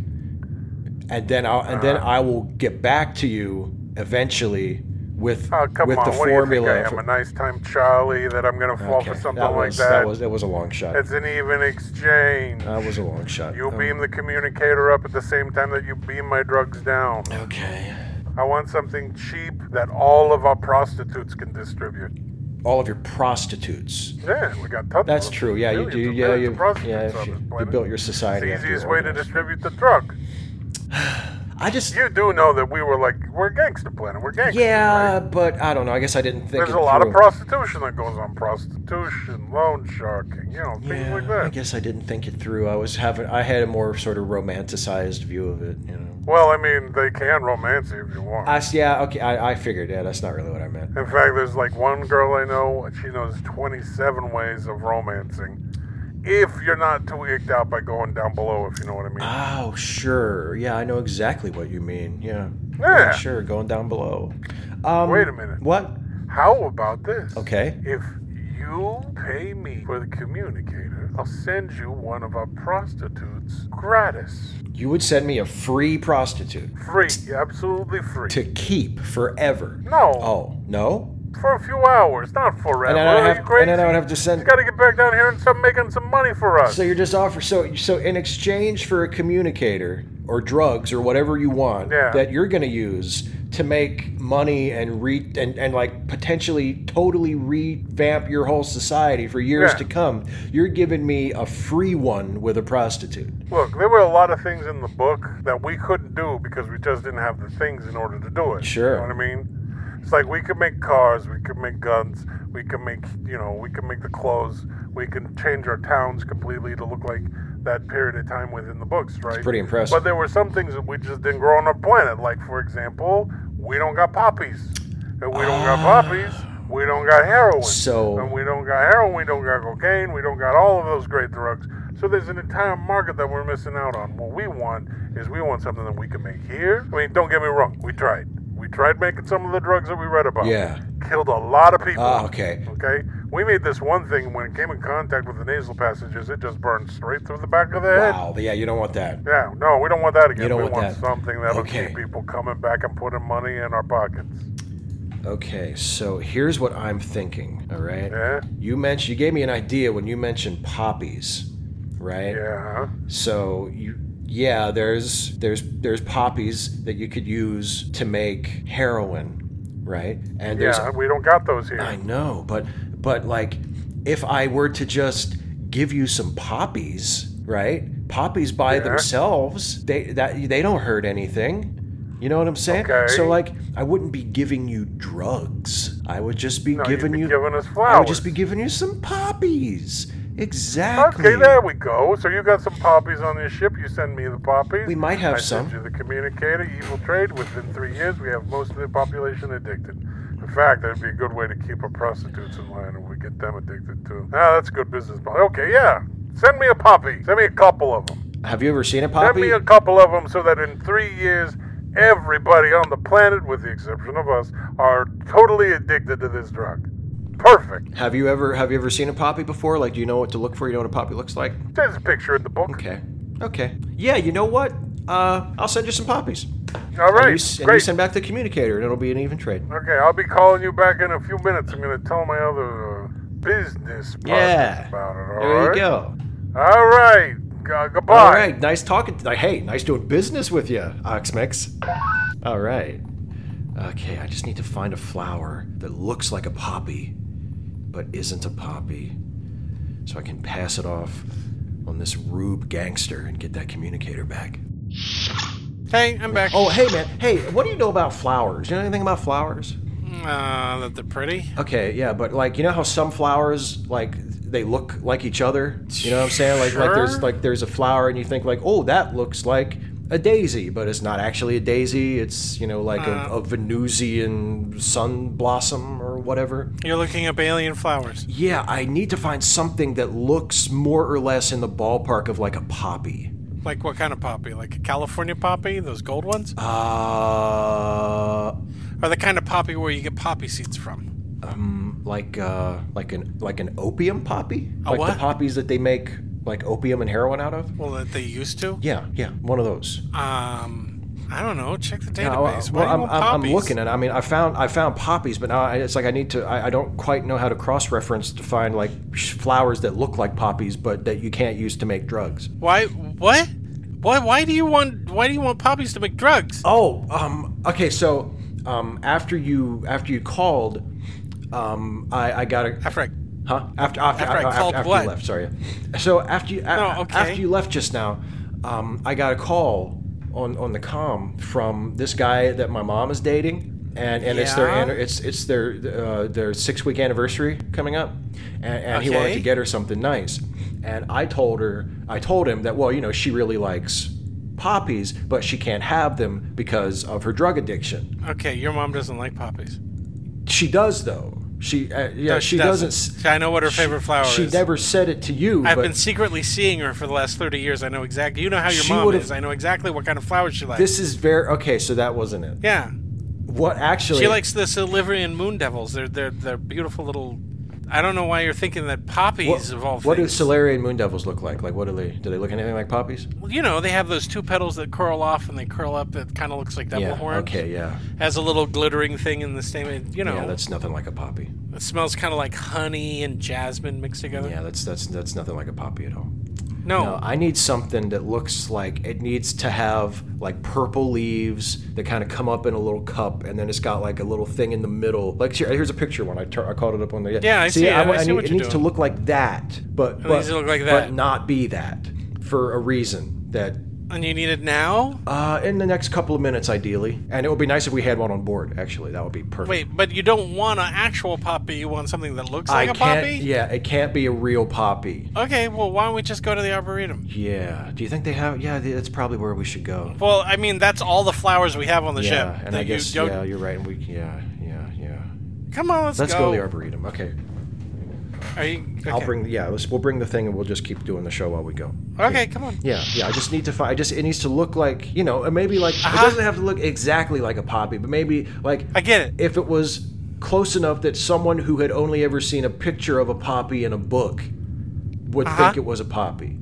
S2: and then I'll and
S3: Uh-huh.
S2: then I will get back to you eventually with
S3: Oh, come
S2: with
S3: on.
S2: the
S3: what
S2: formula.
S3: do you think I
S2: for-
S3: am? A nice time Charlie that I'm going to fall for
S2: Okay,
S3: something
S2: that
S3: like
S2: was,
S3: that?
S2: was that was a long shot.
S3: it's an even exchange.
S2: that was a long shot.
S3: you
S2: Um,
S3: beam the communicator up at the same time that you beam my drugs down.
S2: Okay.
S3: I want something cheap that all of our prostitutes can distribute.
S2: All of your prostitutes.
S3: Yeah, we got tons.
S2: That's
S3: of them.
S2: true. Yeah, you
S3: Millions
S2: do.
S3: and
S2: Yeah,
S3: millions
S2: you,
S3: of prostitutes
S2: yeah,
S3: on
S2: if you,
S3: this
S2: you
S3: planet.
S2: built your society.
S3: It's
S2: after
S3: the easiest
S2: you
S3: way to
S2: organized.
S3: distribute the drug.
S2: I just.
S3: You do know that we were like we're gangster planet. We're gangster.
S2: Yeah, but I don't know. I guess I didn't think.
S3: There's
S2: it
S3: a lot of
S2: through.
S3: prostitution that goes on. Prostitution, loan sharking, you know, things
S2: Yeah,
S3: like
S2: I
S3: that.
S2: guess I didn't think it through. I was having. I had a more sort of romanticized view of it. You know.
S3: Well, I mean, they can romance you if you want.
S2: I s- yeah okay. I, I figured. Yeah, that's not really what I meant.
S3: In fact, there's like one girl I know, she knows 27 ways of romancing. If you're not too icked out by going down below, if you know what I mean.
S2: Oh sure. Yeah, I know exactly what you mean. Yeah.
S3: Yeah.
S2: Sure. Going down below. Um,
S3: Wait a minute.
S2: What?
S3: How about this?
S2: Okay.
S3: If you pay me for the communicator, I'll send you one of our prostitutes gratis.
S2: You would send me a free prostitute
S3: Free, absolutely free.
S2: to keep forever.
S3: No.
S2: Oh no.
S3: For a few hours, not forever.
S2: And then I would
S3: Are
S2: have-
S3: you
S2: and
S3: crazy?
S2: then I would have to send-
S3: You gotta get back down here and start making some money for us.
S2: So you're just offer so so in exchange for a communicator or drugs or whatever you want
S3: Yeah.
S2: that you're going to use to make money and re and, and like potentially totally revamp your whole society for years
S3: Yeah.
S2: to come. You're giving me a free one with a prostitute.
S3: Look, there were a lot of things in the book that we couldn't do because we just didn't have the things in order to do it.
S2: Sure.
S3: You know what I mean? It's like we could make cars, we could make guns, we could make, you know, we could make the clothes, we can change our towns completely to look like that period of time within the books, right?
S2: pretty impressive.
S3: But there were some things that we just didn't grow on our planet. Like, for example, we don't got poppies. And we don't got poppies. We don't got heroin.
S2: Ah. So-
S3: And we don't got heroin, we don't got cocaine, we don't got all of those great drugs. So there's an entire market that we're missing out on. What we want is we want something that we can make here. I mean, don't get me wrong, we tried. We tried making some of the drugs that we read about.
S2: Yeah.
S3: Killed a lot of people.
S2: Ah, okay.
S3: Okay? We made this one thing when it came in contact with the nasal passages, it just burned straight through the back of the head.
S2: Wow. Yeah, you don't want that.
S3: Yeah, no, we don't want that again.
S2: You don't
S3: we
S2: want that.
S3: something that'll
S2: Okay.
S3: keep people coming back and putting money in our pockets.
S2: Okay, so here's what I'm thinking, all right?
S3: Yeah?
S2: You mentioned you gave me an idea when you mentioned poppies, right?
S3: Yeah.
S2: So you yeah, there's there's there's poppies that you could use to make heroin, right? And there's
S3: Yeah, we don't got those here.
S2: I know, but but like if I were to just give you some poppies, right? Poppies by
S3: Yeah.
S2: themselves, they that they don't hurt anything. You know what I'm saying?
S3: Okay.
S2: So like I wouldn't be giving you drugs. I would just be
S3: No, you'd
S2: giving
S3: be
S2: you
S3: giving us
S2: I would just
S3: flowers.
S2: be giving you some poppies. Exactly.
S3: Okay, there we go. So you got some poppies on this ship. You send me the poppies.
S2: We might have
S3: I
S2: some.
S3: Send you the communicator, evil trade. Within three years, we have most of the population addicted. In fact, that'd be a good way to keep our prostitutes in line if we get them addicted too. Ah, that's a good business model. Okay, yeah. Send me a poppy. Send me a couple of them.
S2: Have you ever seen a
S3: Send
S2: poppy?
S3: me a couple of them so that in three years, everybody on the planet, with the exception of us, are totally addicted to this drug. Perfect.
S2: Have you ever have you ever seen a poppy before? Like, do you know what to look for? You know what a poppy looks like?
S3: There's a picture in the book.
S2: Okay. Okay. Yeah, you know what? Uh, I'll send you some poppies.
S3: All
S2: And
S3: right.
S2: you, s- and you
S3: Great.
S2: send back the communicator, and it'll be an even trade.
S3: Okay, I'll be calling you back in a few minutes. I'm going to tell my other uh, business partners
S2: Yeah.
S3: about it. all
S2: there
S3: right?
S2: you go.
S3: All right. Uh, goodbye.
S2: All right. Nice talking. To, hey, nice doing business with you, Oxmix. All right. Okay, I just need to find a flower that looks like a poppy, but isn't a poppy, so I can pass it off on this rube gangster and get that communicator back.
S1: Hey, I'm back.
S2: Oh, hey man. Hey, what do you know about flowers? You know anything about flowers?
S1: Uh, that they're pretty.
S2: Okay, yeah, but like you know how some flowers like they look like each other. You know what I'm saying? Like like there's
S1: Sure.
S2: like there's a flower and you think like oh that looks like a daisy, but it's not actually a daisy. It's you know like a, a Venusian sun blossom or whatever.
S1: You're looking up alien flowers.
S2: Yeah, I need to find something that looks more or less in the ballpark of like a poppy.
S1: Like what kind of poppy? Like a California poppy? Those gold ones?
S2: Uh,
S1: Or the kind of poppy where you get poppy seeds from?
S2: like uh like an like an opium poppy,
S1: A
S2: like the
S1: what?
S2: poppies that they make like opium and heroin out of.
S1: Well, that they used to?
S2: Yeah, yeah, one of those.
S1: Um, I don't know. Check the
S2: Now, uh,
S1: database. Why
S2: well,
S1: do you
S2: I'm,
S1: want
S2: I'm, I'm
S1: poppies?
S2: looking, and I mean, I found I found poppies, but now I, it's like I need to. I, I don't quite know how to cross-reference to find like sh- flowers that look like poppies, but that you can't use to make drugs.
S1: Why? What? Why? Why do you want? Why do you want poppies to make drugs?
S2: Oh, um, okay. So um, after you after you called, um, I, I got a
S1: After I,
S2: huh after after,
S1: After I called
S2: after
S1: what?
S2: you left. Sorry. So after you a-
S1: Oh, okay.
S2: after you left just now, um, I got a call on on the com from this guy that my mom is dating. And, and it's their
S1: Yeah.
S2: anni- it's it's their uh, their six week anniversary coming up, and, and he wanted
S1: Okay.
S2: to get her something nice, and I told her I told him that well you know she really likes poppies but she can't have them because of her drug addiction,
S1: okay, your mom doesn't like poppies.
S2: she does though. She uh, yeah,
S1: No, she
S2: she, doesn't.
S1: doesn't.
S2: s-
S1: I know what her
S2: she-
S1: favorite flower
S2: she
S1: is.
S2: never said it to you.
S1: I've
S2: but
S1: been secretly seeing her for the last thirty years. I know exactly. You know how your
S2: She
S1: mom
S2: would've-
S1: is. I know exactly what kind of flowers she likes.
S2: This is very okay. So that wasn't it.
S1: yeah,
S2: What actually?
S1: she likes the Silurian moon devils. They're they're they're beautiful little. I don't know why you're thinking that poppies
S2: what,
S1: of all
S2: what do
S1: things.
S2: Solarian moon devils look like? Like what do they? Do they look anything like poppies?
S1: Well, you know, they have those two petals that curl off and they curl up. That kind of looks like devil
S2: yeah.
S1: horn.
S2: Okay. Yeah.
S1: Has a little glittering thing in the stem. You know,
S2: Yeah. That's nothing like a poppy.
S1: it smells kind of like honey and jasmine mixed together.
S2: Yeah. That's that's that's nothing like a poppy at all.
S1: No,
S2: No, I need something that looks like it needs to have like purple leaves that kind of come up in a little cup, and then it's got like a little thing in the middle. Like here, here's a picture one I, tur- I called it up on the
S1: Yeah, I see it. I
S2: wa-
S1: see
S2: need-
S1: what
S2: it
S1: you're
S2: needs to
S1: doing.
S2: look like that, but but,
S1: needs to look like
S2: but
S1: that.
S2: not be that for a reason that.
S1: and you need it now.
S2: Uh, in the next couple of minutes, ideally, and it would be nice if we had one on board. Actually, that would be perfect.
S1: Wait, but you don't want an actual poppy. You want something that looks
S2: I
S1: like a
S2: can't.
S1: poppy.
S2: Yeah, it can't be a real poppy.
S1: Okay, well, why don't we just go to the arboretum?
S2: Yeah. Do you think they have? Yeah, that's probably where we should go.
S1: Well, I mean, that's all the flowers we have on the
S2: Yeah,
S1: ship.
S2: and
S1: that
S2: I
S1: you
S2: guess
S1: don't-
S2: yeah, you're right. And we yeah, yeah, yeah.
S1: Come on, let's,
S2: Let's go. to the arboretum. Okay.
S1: Are you, okay.
S2: I'll bring yeah. Let's, we'll bring the thing and we'll just keep doing the show while we go.
S1: Okay, come on.
S2: Yeah, yeah. I just need to find. I just it needs to look like you know, and maybe like
S1: Uh-huh.
S2: it doesn't have to look exactly like a poppy, but maybe like
S1: I get it.
S2: if it was close enough that someone who had only ever seen a picture of a poppy in a book would
S1: Uh-huh.
S2: think it was a poppy.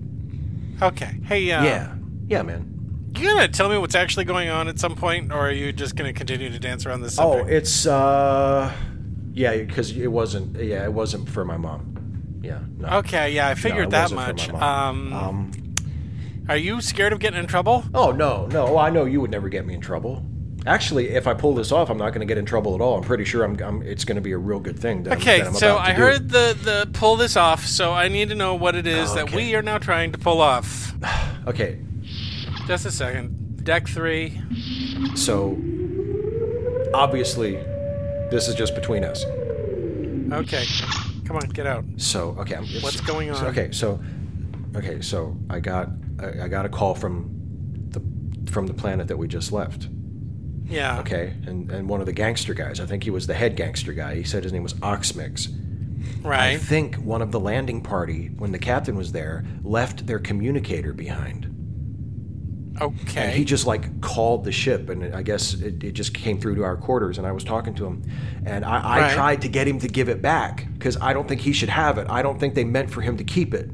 S1: Okay. Hey, uh,
S2: yeah, yeah, man.
S1: You gonna tell me what's actually going on at some point, or are you just gonna continue to dance around this
S2: Oh,
S1: subject?
S2: it's uh, yeah, because it wasn't. Yeah, it wasn't for my mom. Yeah. No.
S1: okay. Yeah, I figured
S2: it
S1: that
S2: wasn't
S1: much.
S2: for my mom.
S1: Um,
S2: Um,
S1: are you scared of getting in trouble?
S2: oh no, no. Well, I know you would never get me in trouble. Actually, if I pull this off, I'm not going to get in trouble at all. I'm pretty sure I'm. I'm it's going to be a real good thing. That I'm-
S1: Okay,
S2: that I'm
S1: so
S2: about to
S1: I
S2: do.
S1: heard the the pull this off, so I need to know what it is that
S2: Okay.
S1: we are now trying to pull off.
S2: Okay,
S1: Just a second. Deck three.
S2: so obviously, this is just between us.
S1: Okay, come on, get out.
S2: So okay, I'm, it's-
S1: What's going
S2: so-
S1: on?
S2: okay, so okay, so I got I, I got a call from the from the planet that we just left.
S1: Yeah.
S2: Okay, and and one of the gangster guys. I think he was the head gangster guy. He said his name was Oxmix. I
S1: Right.
S2: think one of the landing party, when the captain was there, left their communicator behind. And he
S1: Okay.
S2: just like called the ship, and I guess it, it just came through to our quarters. And I was talking to him, and I, I
S1: Right.
S2: tried to get him to give it back because I don't think he should have it. I don't think they meant for him to keep it.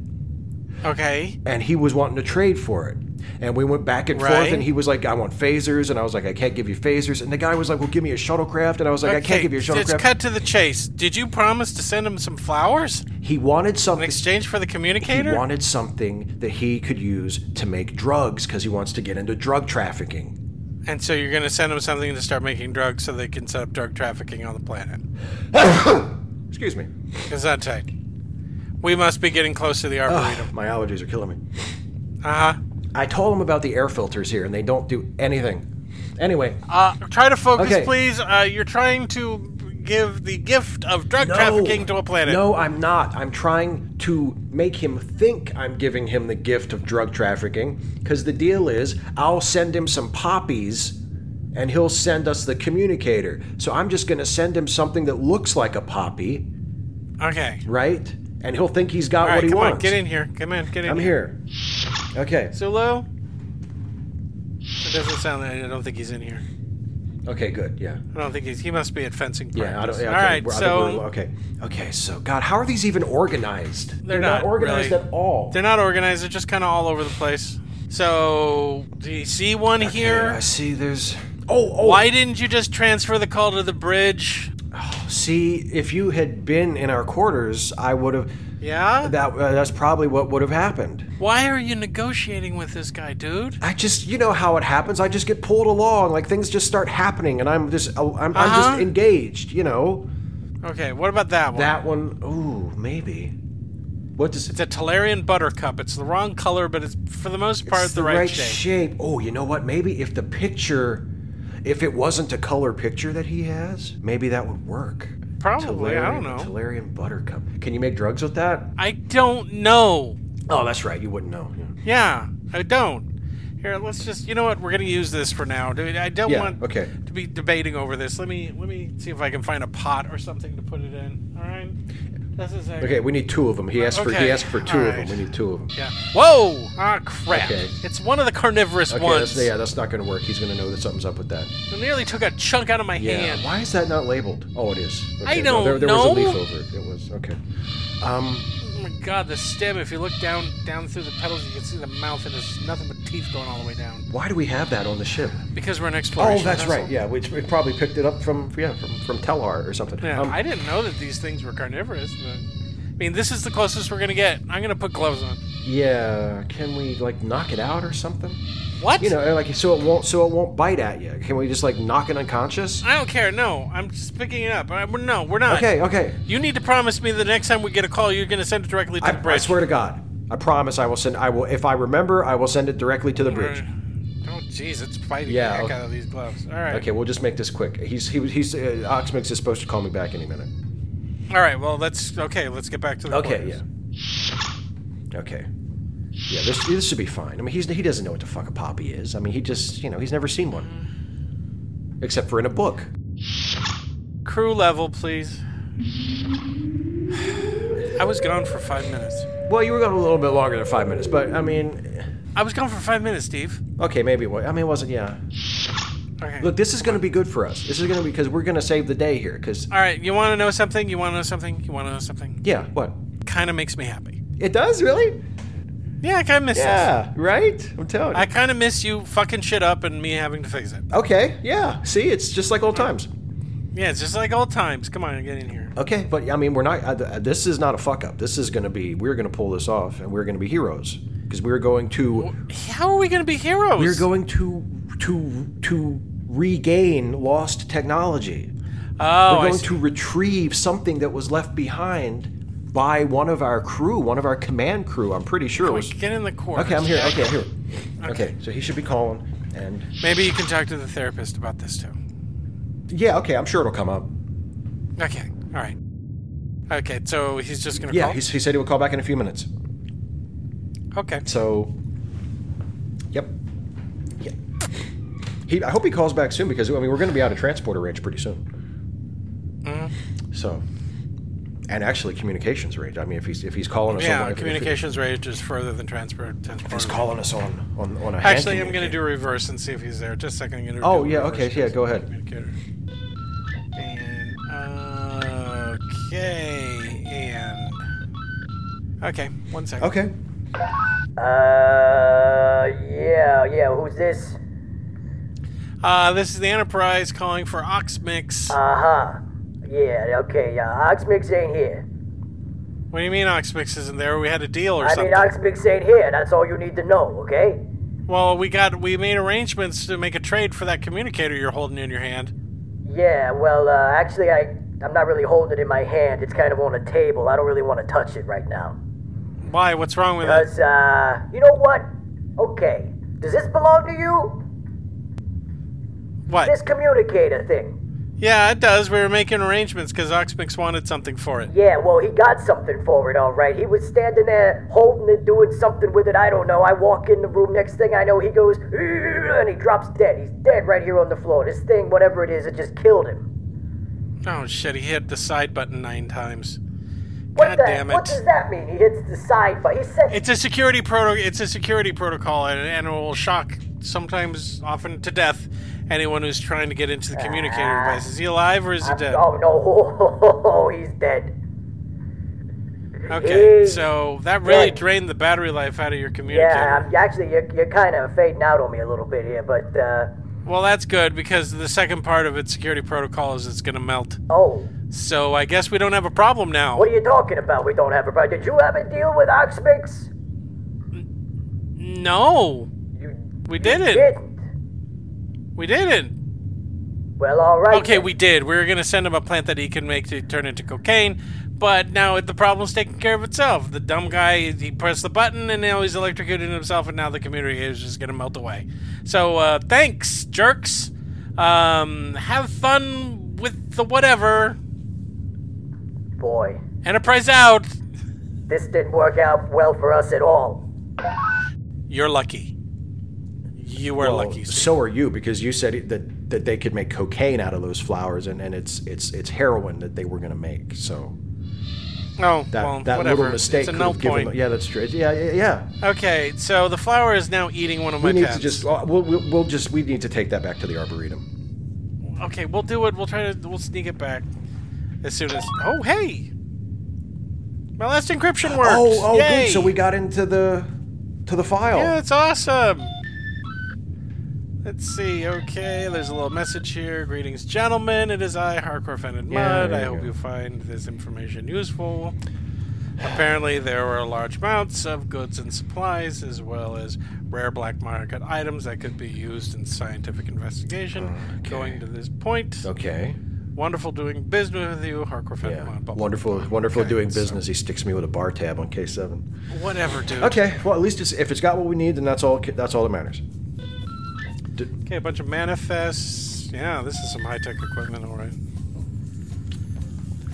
S1: Okay.
S2: And he was wanting to trade for it. And we went back and forth,
S1: Right.
S2: and he was like, I want phasers. And I was like, I can't give you phasers. And the guy was like, Well, give me a shuttlecraft. And I was like, I
S1: Okay,
S2: can't give you a
S1: Just
S2: shuttlecraft.
S1: cut to the chase. Did you promise to send him some flowers
S2: He wanted
S1: in
S2: something.
S1: exchange for the
S2: He
S1: communicator?
S2: wanted something that he could use to make drugs because he wants to get into drug trafficking.
S1: and so you're gonna send him something to start making drugs so they can set up drug trafficking on the planet.
S2: Excuse me.
S1: Gesundheit. We must be getting close to the arboretum.
S2: My allergies are killing me.
S1: Uh huh.
S2: I told him about the air filters here, and they don't do anything. Anyway,
S1: Uh, try to focus,
S2: Okay.
S1: please. Uh, you're trying to give the gift of drug trafficking to a planet.
S2: No, I'm not. I'm trying to make him think I'm giving him the gift of drug trafficking because the deal is I'll send him some poppies and he'll send us the communicator. So I'm just going to send him something that looks like a poppy,
S1: Okay.
S2: right? And he'll think he's got
S1: All right,
S2: what he
S1: come
S2: wants.
S1: on, get in here. Come in, get in.
S2: I'm here. Okay.
S1: Sulu? It doesn't sound like I don't think he's in here.
S2: Okay. Good. Yeah.
S1: I don't think he's. He must be at fencing practice.
S2: Yeah. I don't. Yeah, okay.
S1: All right,
S2: we're- I think
S1: so
S2: we're- okay. Okay. So, God, how are these even organized? They're,
S1: not,
S2: organized
S1: really.
S2: at all.
S1: they're not organized. They're just kind of all over the place. So do you see one
S2: Okay, I
S1: here?
S2: see. There's. Oh. Oh.
S1: Why didn't you just transfer the call to the bridge?
S2: See, if you had been in our quarters, I would have.
S1: Yeah?
S2: That uh, that's probably what would have happened.
S1: Why are you negotiating with this guy, dude?
S2: I just, you know how it happens. I just get pulled along, like things just start happening, and I'm just, I'm, I'm
S1: Uh-huh.
S2: just engaged. You know
S1: Okay, what about that one?
S2: that one. Ooh, maybe. What does
S1: It's a Talarian buttercup. It's the wrong color, but it's for the most part
S2: It's
S1: the, right, shape.
S2: Oh, you know what? Maybe if the picture, if it wasn't a color picture that he has, maybe that would work.
S1: Probably, I don't know.
S2: Talarian buttercup. Can you make drugs with that?
S1: I don't know.
S2: Oh, that's right. You wouldn't know. Yeah.
S1: Yeah, I don't. Here, let's just. You know what? We're gonna use this for now. Dude, I don't
S2: Yeah,
S1: want
S2: okay.
S1: to be debating over this. Let me let me see if I can find a pot or something to put it in. All right. This is a,
S2: Okay, we need two of them. He asked for
S1: Okay,
S2: he asked for two of
S1: alright.
S2: them. We need two of them.
S1: Yeah. Whoa! Ah, crap!
S2: Okay.
S1: It's one of the carnivorous
S2: Okay,
S1: ones.
S2: that's, yeah, that's not going to work. He's going to know that something's up with that.
S1: I nearly took a chunk out of my
S2: Yeah.
S1: hand.
S2: Why is that not labeled? Oh, it is. Okay,
S1: I
S2: no, there,
S1: don't
S2: there
S1: know.
S2: was a leaf over it. It was okay. Um,
S1: Oh my god, the stem! If you look down down through the petals, you can see the mouth, and there's nothing but teeth going all the way down.
S2: why do we have that on the ship?
S1: Because we're an
S2: Oh,
S1: exploration.
S2: that's
S1: vessel.
S2: right. Yeah, we, we probably picked it up from yeah from from Telar or something.
S1: Yeah,
S2: Um,
S1: I didn't know that these things were carnivorous, but I mean, this is the closest we're gonna get. I'm gonna put gloves on.
S2: yeah. Can we like knock it out or something?
S1: What?
S2: You know, like so it won't so it won't bite at you. Can we just like knock it unconscious?
S1: I don't care. No, I'm just picking it up. I, we're- no, we're not.
S2: Okay, okay.
S1: You need to promise me the next time we get a call, you're gonna send it directly to
S2: I,
S1: the
S2: I
S1: bridge.
S2: swear to God, I promise I will send. I will if I remember, I will send it directly to the bridge.
S1: Oh, jeez, it's biting
S2: Yeah,
S1: the heck
S2: okay.
S1: out of these gloves. All right.
S2: Okay, we'll just make this quick. He's he was he's uh, Oxmix is supposed to call me back any minute.
S1: All right. Well, let's. Okay, let's get back to the.
S2: Okay,
S1: quarters.
S2: yeah. Okay. Yeah, this this should be fine. I mean, he's he doesn't know what the fuck a poppy is. I mean, he just you know he's never seen one, except for in a book.
S1: Crew level, please. I was gone for five minutes.
S2: Well, you were going a little bit longer than five minutes, but I mean,
S1: I was gone for five minutes, Steve.
S2: okay, maybe it was. I mean, it wasn't. Yeah.
S1: Okay.
S2: Look, this is going to be good for us. This is going to be because we're going to save the day here. Because
S1: All right. You want to know something? You want to know something? You want to know something?
S2: yeah, what
S1: Kind of makes me happy.
S2: it does really.
S1: Yeah, I kind of miss this.
S2: Yeah, right. I'm telling you.
S1: I kind of miss you fucking shit up and me having to fix it.
S2: okay, yeah. See, it's just like old times.
S1: Yeah, it's just like old times. Come on, get in here.
S2: Okay, but I mean, we're not. Uh, this is not a fuck up. This is going to be. We're going to pull this off, and we're going to be heroes because we're going to.
S1: How are we gonna be heroes?
S2: We're going to to to regain lost technology.
S1: Oh,
S2: we're
S1: I
S2: going
S1: see.
S2: to retrieve something that was left behind by one of our crew, one of our command crew. I'm pretty sure it
S1: Wait,
S2: was.
S1: get in the court.
S2: Okay, I'm here. Okay, I'm here. Okay, so he should be calling, and
S1: Maybe you can talk to the therapist about this too.
S2: yeah, okay, I'm sure it'll come up.
S1: Okay. All right. Okay, so he's just gonna
S2: Yeah,
S1: call.
S2: he's, he said he would call back in a few minutes.
S1: Okay.
S2: So, yep. Yeah. He, I hope he calls back soon because I mean we're going to be out of transporter range pretty soon.
S1: Mhm.
S2: So, and actually communications range. I mean if he's if he's calling us on
S1: Yeah,
S2: if- if-
S1: communications rate is further than transport.
S2: if he's
S1: transport.
S2: calling us on on on a hand
S1: Actually, I'm gonna
S2: communicator.
S1: do reverse and see if he's there. Just a second. I'm gonna
S2: Oh,
S1: do
S2: yeah,
S1: reverse
S2: okay, yeah, go ahead.
S1: communicator. And uh, okay, and okay, one second.
S2: Okay.
S4: Uh, yeah, yeah, who's this?
S1: Uh, this is the Enterprise calling for Oxmix.
S4: Uh huh. Yeah, okay, uh, Oxmix ain't here.
S1: what do you mean Oxmix isn't there? We had a deal or
S4: I
S1: something.
S4: mean, Oxmix ain't here, that's all you need to know, okay?
S1: well, we got we made arrangements to make a trade for that communicator you're holding in your hand.
S4: Yeah, well, uh, actually, I, I'm not really holding it in my hand, it's kind of on a table, I don't really want to touch it right now.
S1: Why? What's wrong with it?
S4: Cause, uh, you know what? Okay, does this belong to you?
S1: What?
S4: This communicator thing.
S1: Yeah, it does. We were making arrangements because Oxmix wanted something for it.
S4: Yeah, well, he got something for it, alright. He was standing there holding it, doing something with it, I don't know. I walk in the room, next thing I know, he goes, "Ugh," and he drops dead. He's dead right here on the floor. This thing, whatever it is, it just killed him.
S1: Oh shit! He hit the side button nine times.
S4: What
S1: God
S4: the,
S1: damn
S4: What
S1: it.
S4: does that mean? He hits the side, but he said,
S1: It's a security proto. It's a security protocol, and, and it will shock sometimes, often to death, anyone who's trying to get into the communicator device. Is he alive or is he dead?
S4: oh no, he's dead.
S1: Okay,
S4: he-
S1: so that really
S4: dead.
S1: drained the battery life out of your communicator.
S4: Yeah, I'm, actually, you're, you're kind of fading out on me a little bit here, but, uh,
S1: Well, that's good because the second part of its security protocol is it's going to melt.
S4: Oh,
S1: So I guess we don't have a problem now.
S4: what are you talking about? We don't have a problem. Did you ever deal with Oxmix?
S1: No,
S4: You
S1: we didn't.
S4: didn't.
S1: We didn't.
S4: Well, all right.
S1: Okay,
S4: then.
S1: we did. We were going to send him a plant that he can make to turn into cocaine, but now the problem's taking care of itself. The dumb guy, he pressed the button and now he's electrocuted himself, and now the community is just going to melt away. So uh, thanks, jerks. Um, have fun with the whatever.
S4: Boy,
S1: Enterprise out.
S4: this didn't work out well for us at all.
S1: You're lucky. You were
S2: Well,
S1: lucky. Steve.
S2: so are you because you said it- that that they could make cocaine out of those flowers, and, and it's it's it's heroin that they were going to make. So
S1: No,
S2: that
S1: well,
S2: that
S1: whatever.
S2: little mistake
S1: It's a
S2: could
S1: no
S2: have given
S1: point.
S2: them- yeah, that's true. Yeah, yeah. yeah.
S1: Okay, so the flower is now eating one of my
S2: We need
S1: pets.
S2: to just uh, we'll, we'll, we'll just we need to take that back to the arboretum.
S1: Okay, we'll do it. We'll try to. We'll sneak it back as soon as. Oh, hey! My last encryption works.
S2: Oh, oh,
S1: Yay!
S2: good. So we got into the to the file.
S1: Yeah, it's awesome. Let's see. Okay, there's a little message here. Greetings, gentlemen. It is I, Hardcore Offended
S2: Yeah,
S1: Mud.
S2: there
S1: I
S2: you
S1: hope
S2: go.
S1: you find this information useful. Apparently, there were large amounts of goods and supplies, as well as rare black market items that could be used in scientific investigation. Going to this point,
S2: Okay.
S1: wonderful doing business with you, Hardcore Offended
S2: Yeah.
S1: Mud. blah, blah,
S2: Wonderful,
S1: blah.
S2: wonderful
S1: Okay,
S2: doing
S1: so-
S2: business. He sticks me with a bar tab on K seven.
S1: Whatever, dude.
S2: Okay. Well, at least it's, if it's got what we need, then that's all. That's all that matters.
S1: Okay, a bunch of manifests. Yeah, this is some high tech equipment, all right.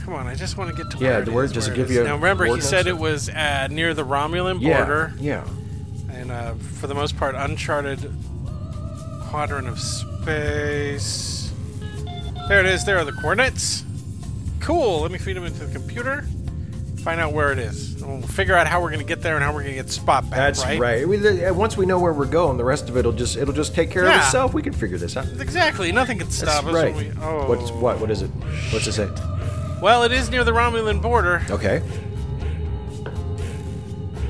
S1: Come on, I just want to get to
S2: Yeah,
S1: where
S2: the
S1: it
S2: word
S1: is,
S2: doesn't
S1: where it
S2: give
S1: is.
S2: you a
S1: Now remember, he
S2: coordinates?
S1: said it was uh, near the Romulan
S2: Yeah.
S1: border,
S2: Yeah.
S1: and uh, for the most part, uncharted quadrant of space. There it is. There are the coordinates. Cool. Let me feed them into the computer. Find out where it is. And we'll figure out how we're going to get there and how we're going to get Spot back.
S2: That's right.
S1: right.
S2: We, the, uh, once we know where we're going, the rest of it'll just it'll just take care
S1: Yeah.
S2: of itself. We can figure this out.
S1: Exactly. Nothing can stop
S2: That's
S1: us.
S2: right.
S1: When we, oh.
S2: What's what? What is it? What's it say?
S1: Well, it is near the Romulan border.
S2: Okay.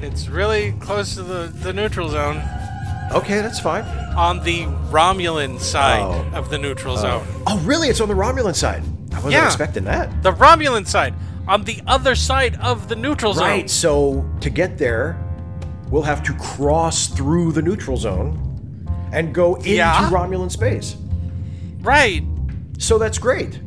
S1: It's really close to the, the neutral zone
S2: Okay, that's fine.
S1: on the Romulan side
S2: Oh.
S1: of the neutral zone.
S2: Oh, really? It's on the Romulan side. I wasn't
S1: Yeah.
S2: expecting that.
S1: The Romulan side on the other side of the neutral
S2: Right.
S1: zone.
S2: So to get there, we'll have to cross through the neutral zone and go into
S1: Yeah.
S2: Romulan space.
S1: Right.
S2: So that's great.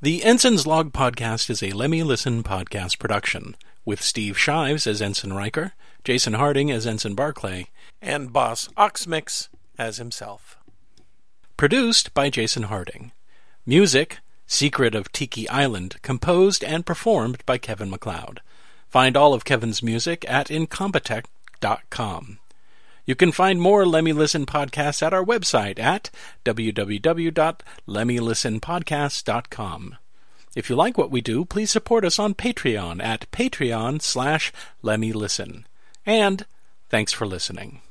S5: The Ensign's Log podcast is a Lemmy Listen podcast production, with Steve Shives as Ensign Riker, Jason Harding as Ensign Barclay,
S1: And boss Oxmix as himself.
S5: produced by Jason Harding. Music, Secret of Tiki Island, composed and performed by Kevin McLeod. Find all of Kevin's music at incompetech.com. You can find more Lemmy Listen podcasts at our website at www.lemmylistenpodcast.com. If you like what we do, please support us on Patreon at patreon slash lemmylisten. And thanks for listening.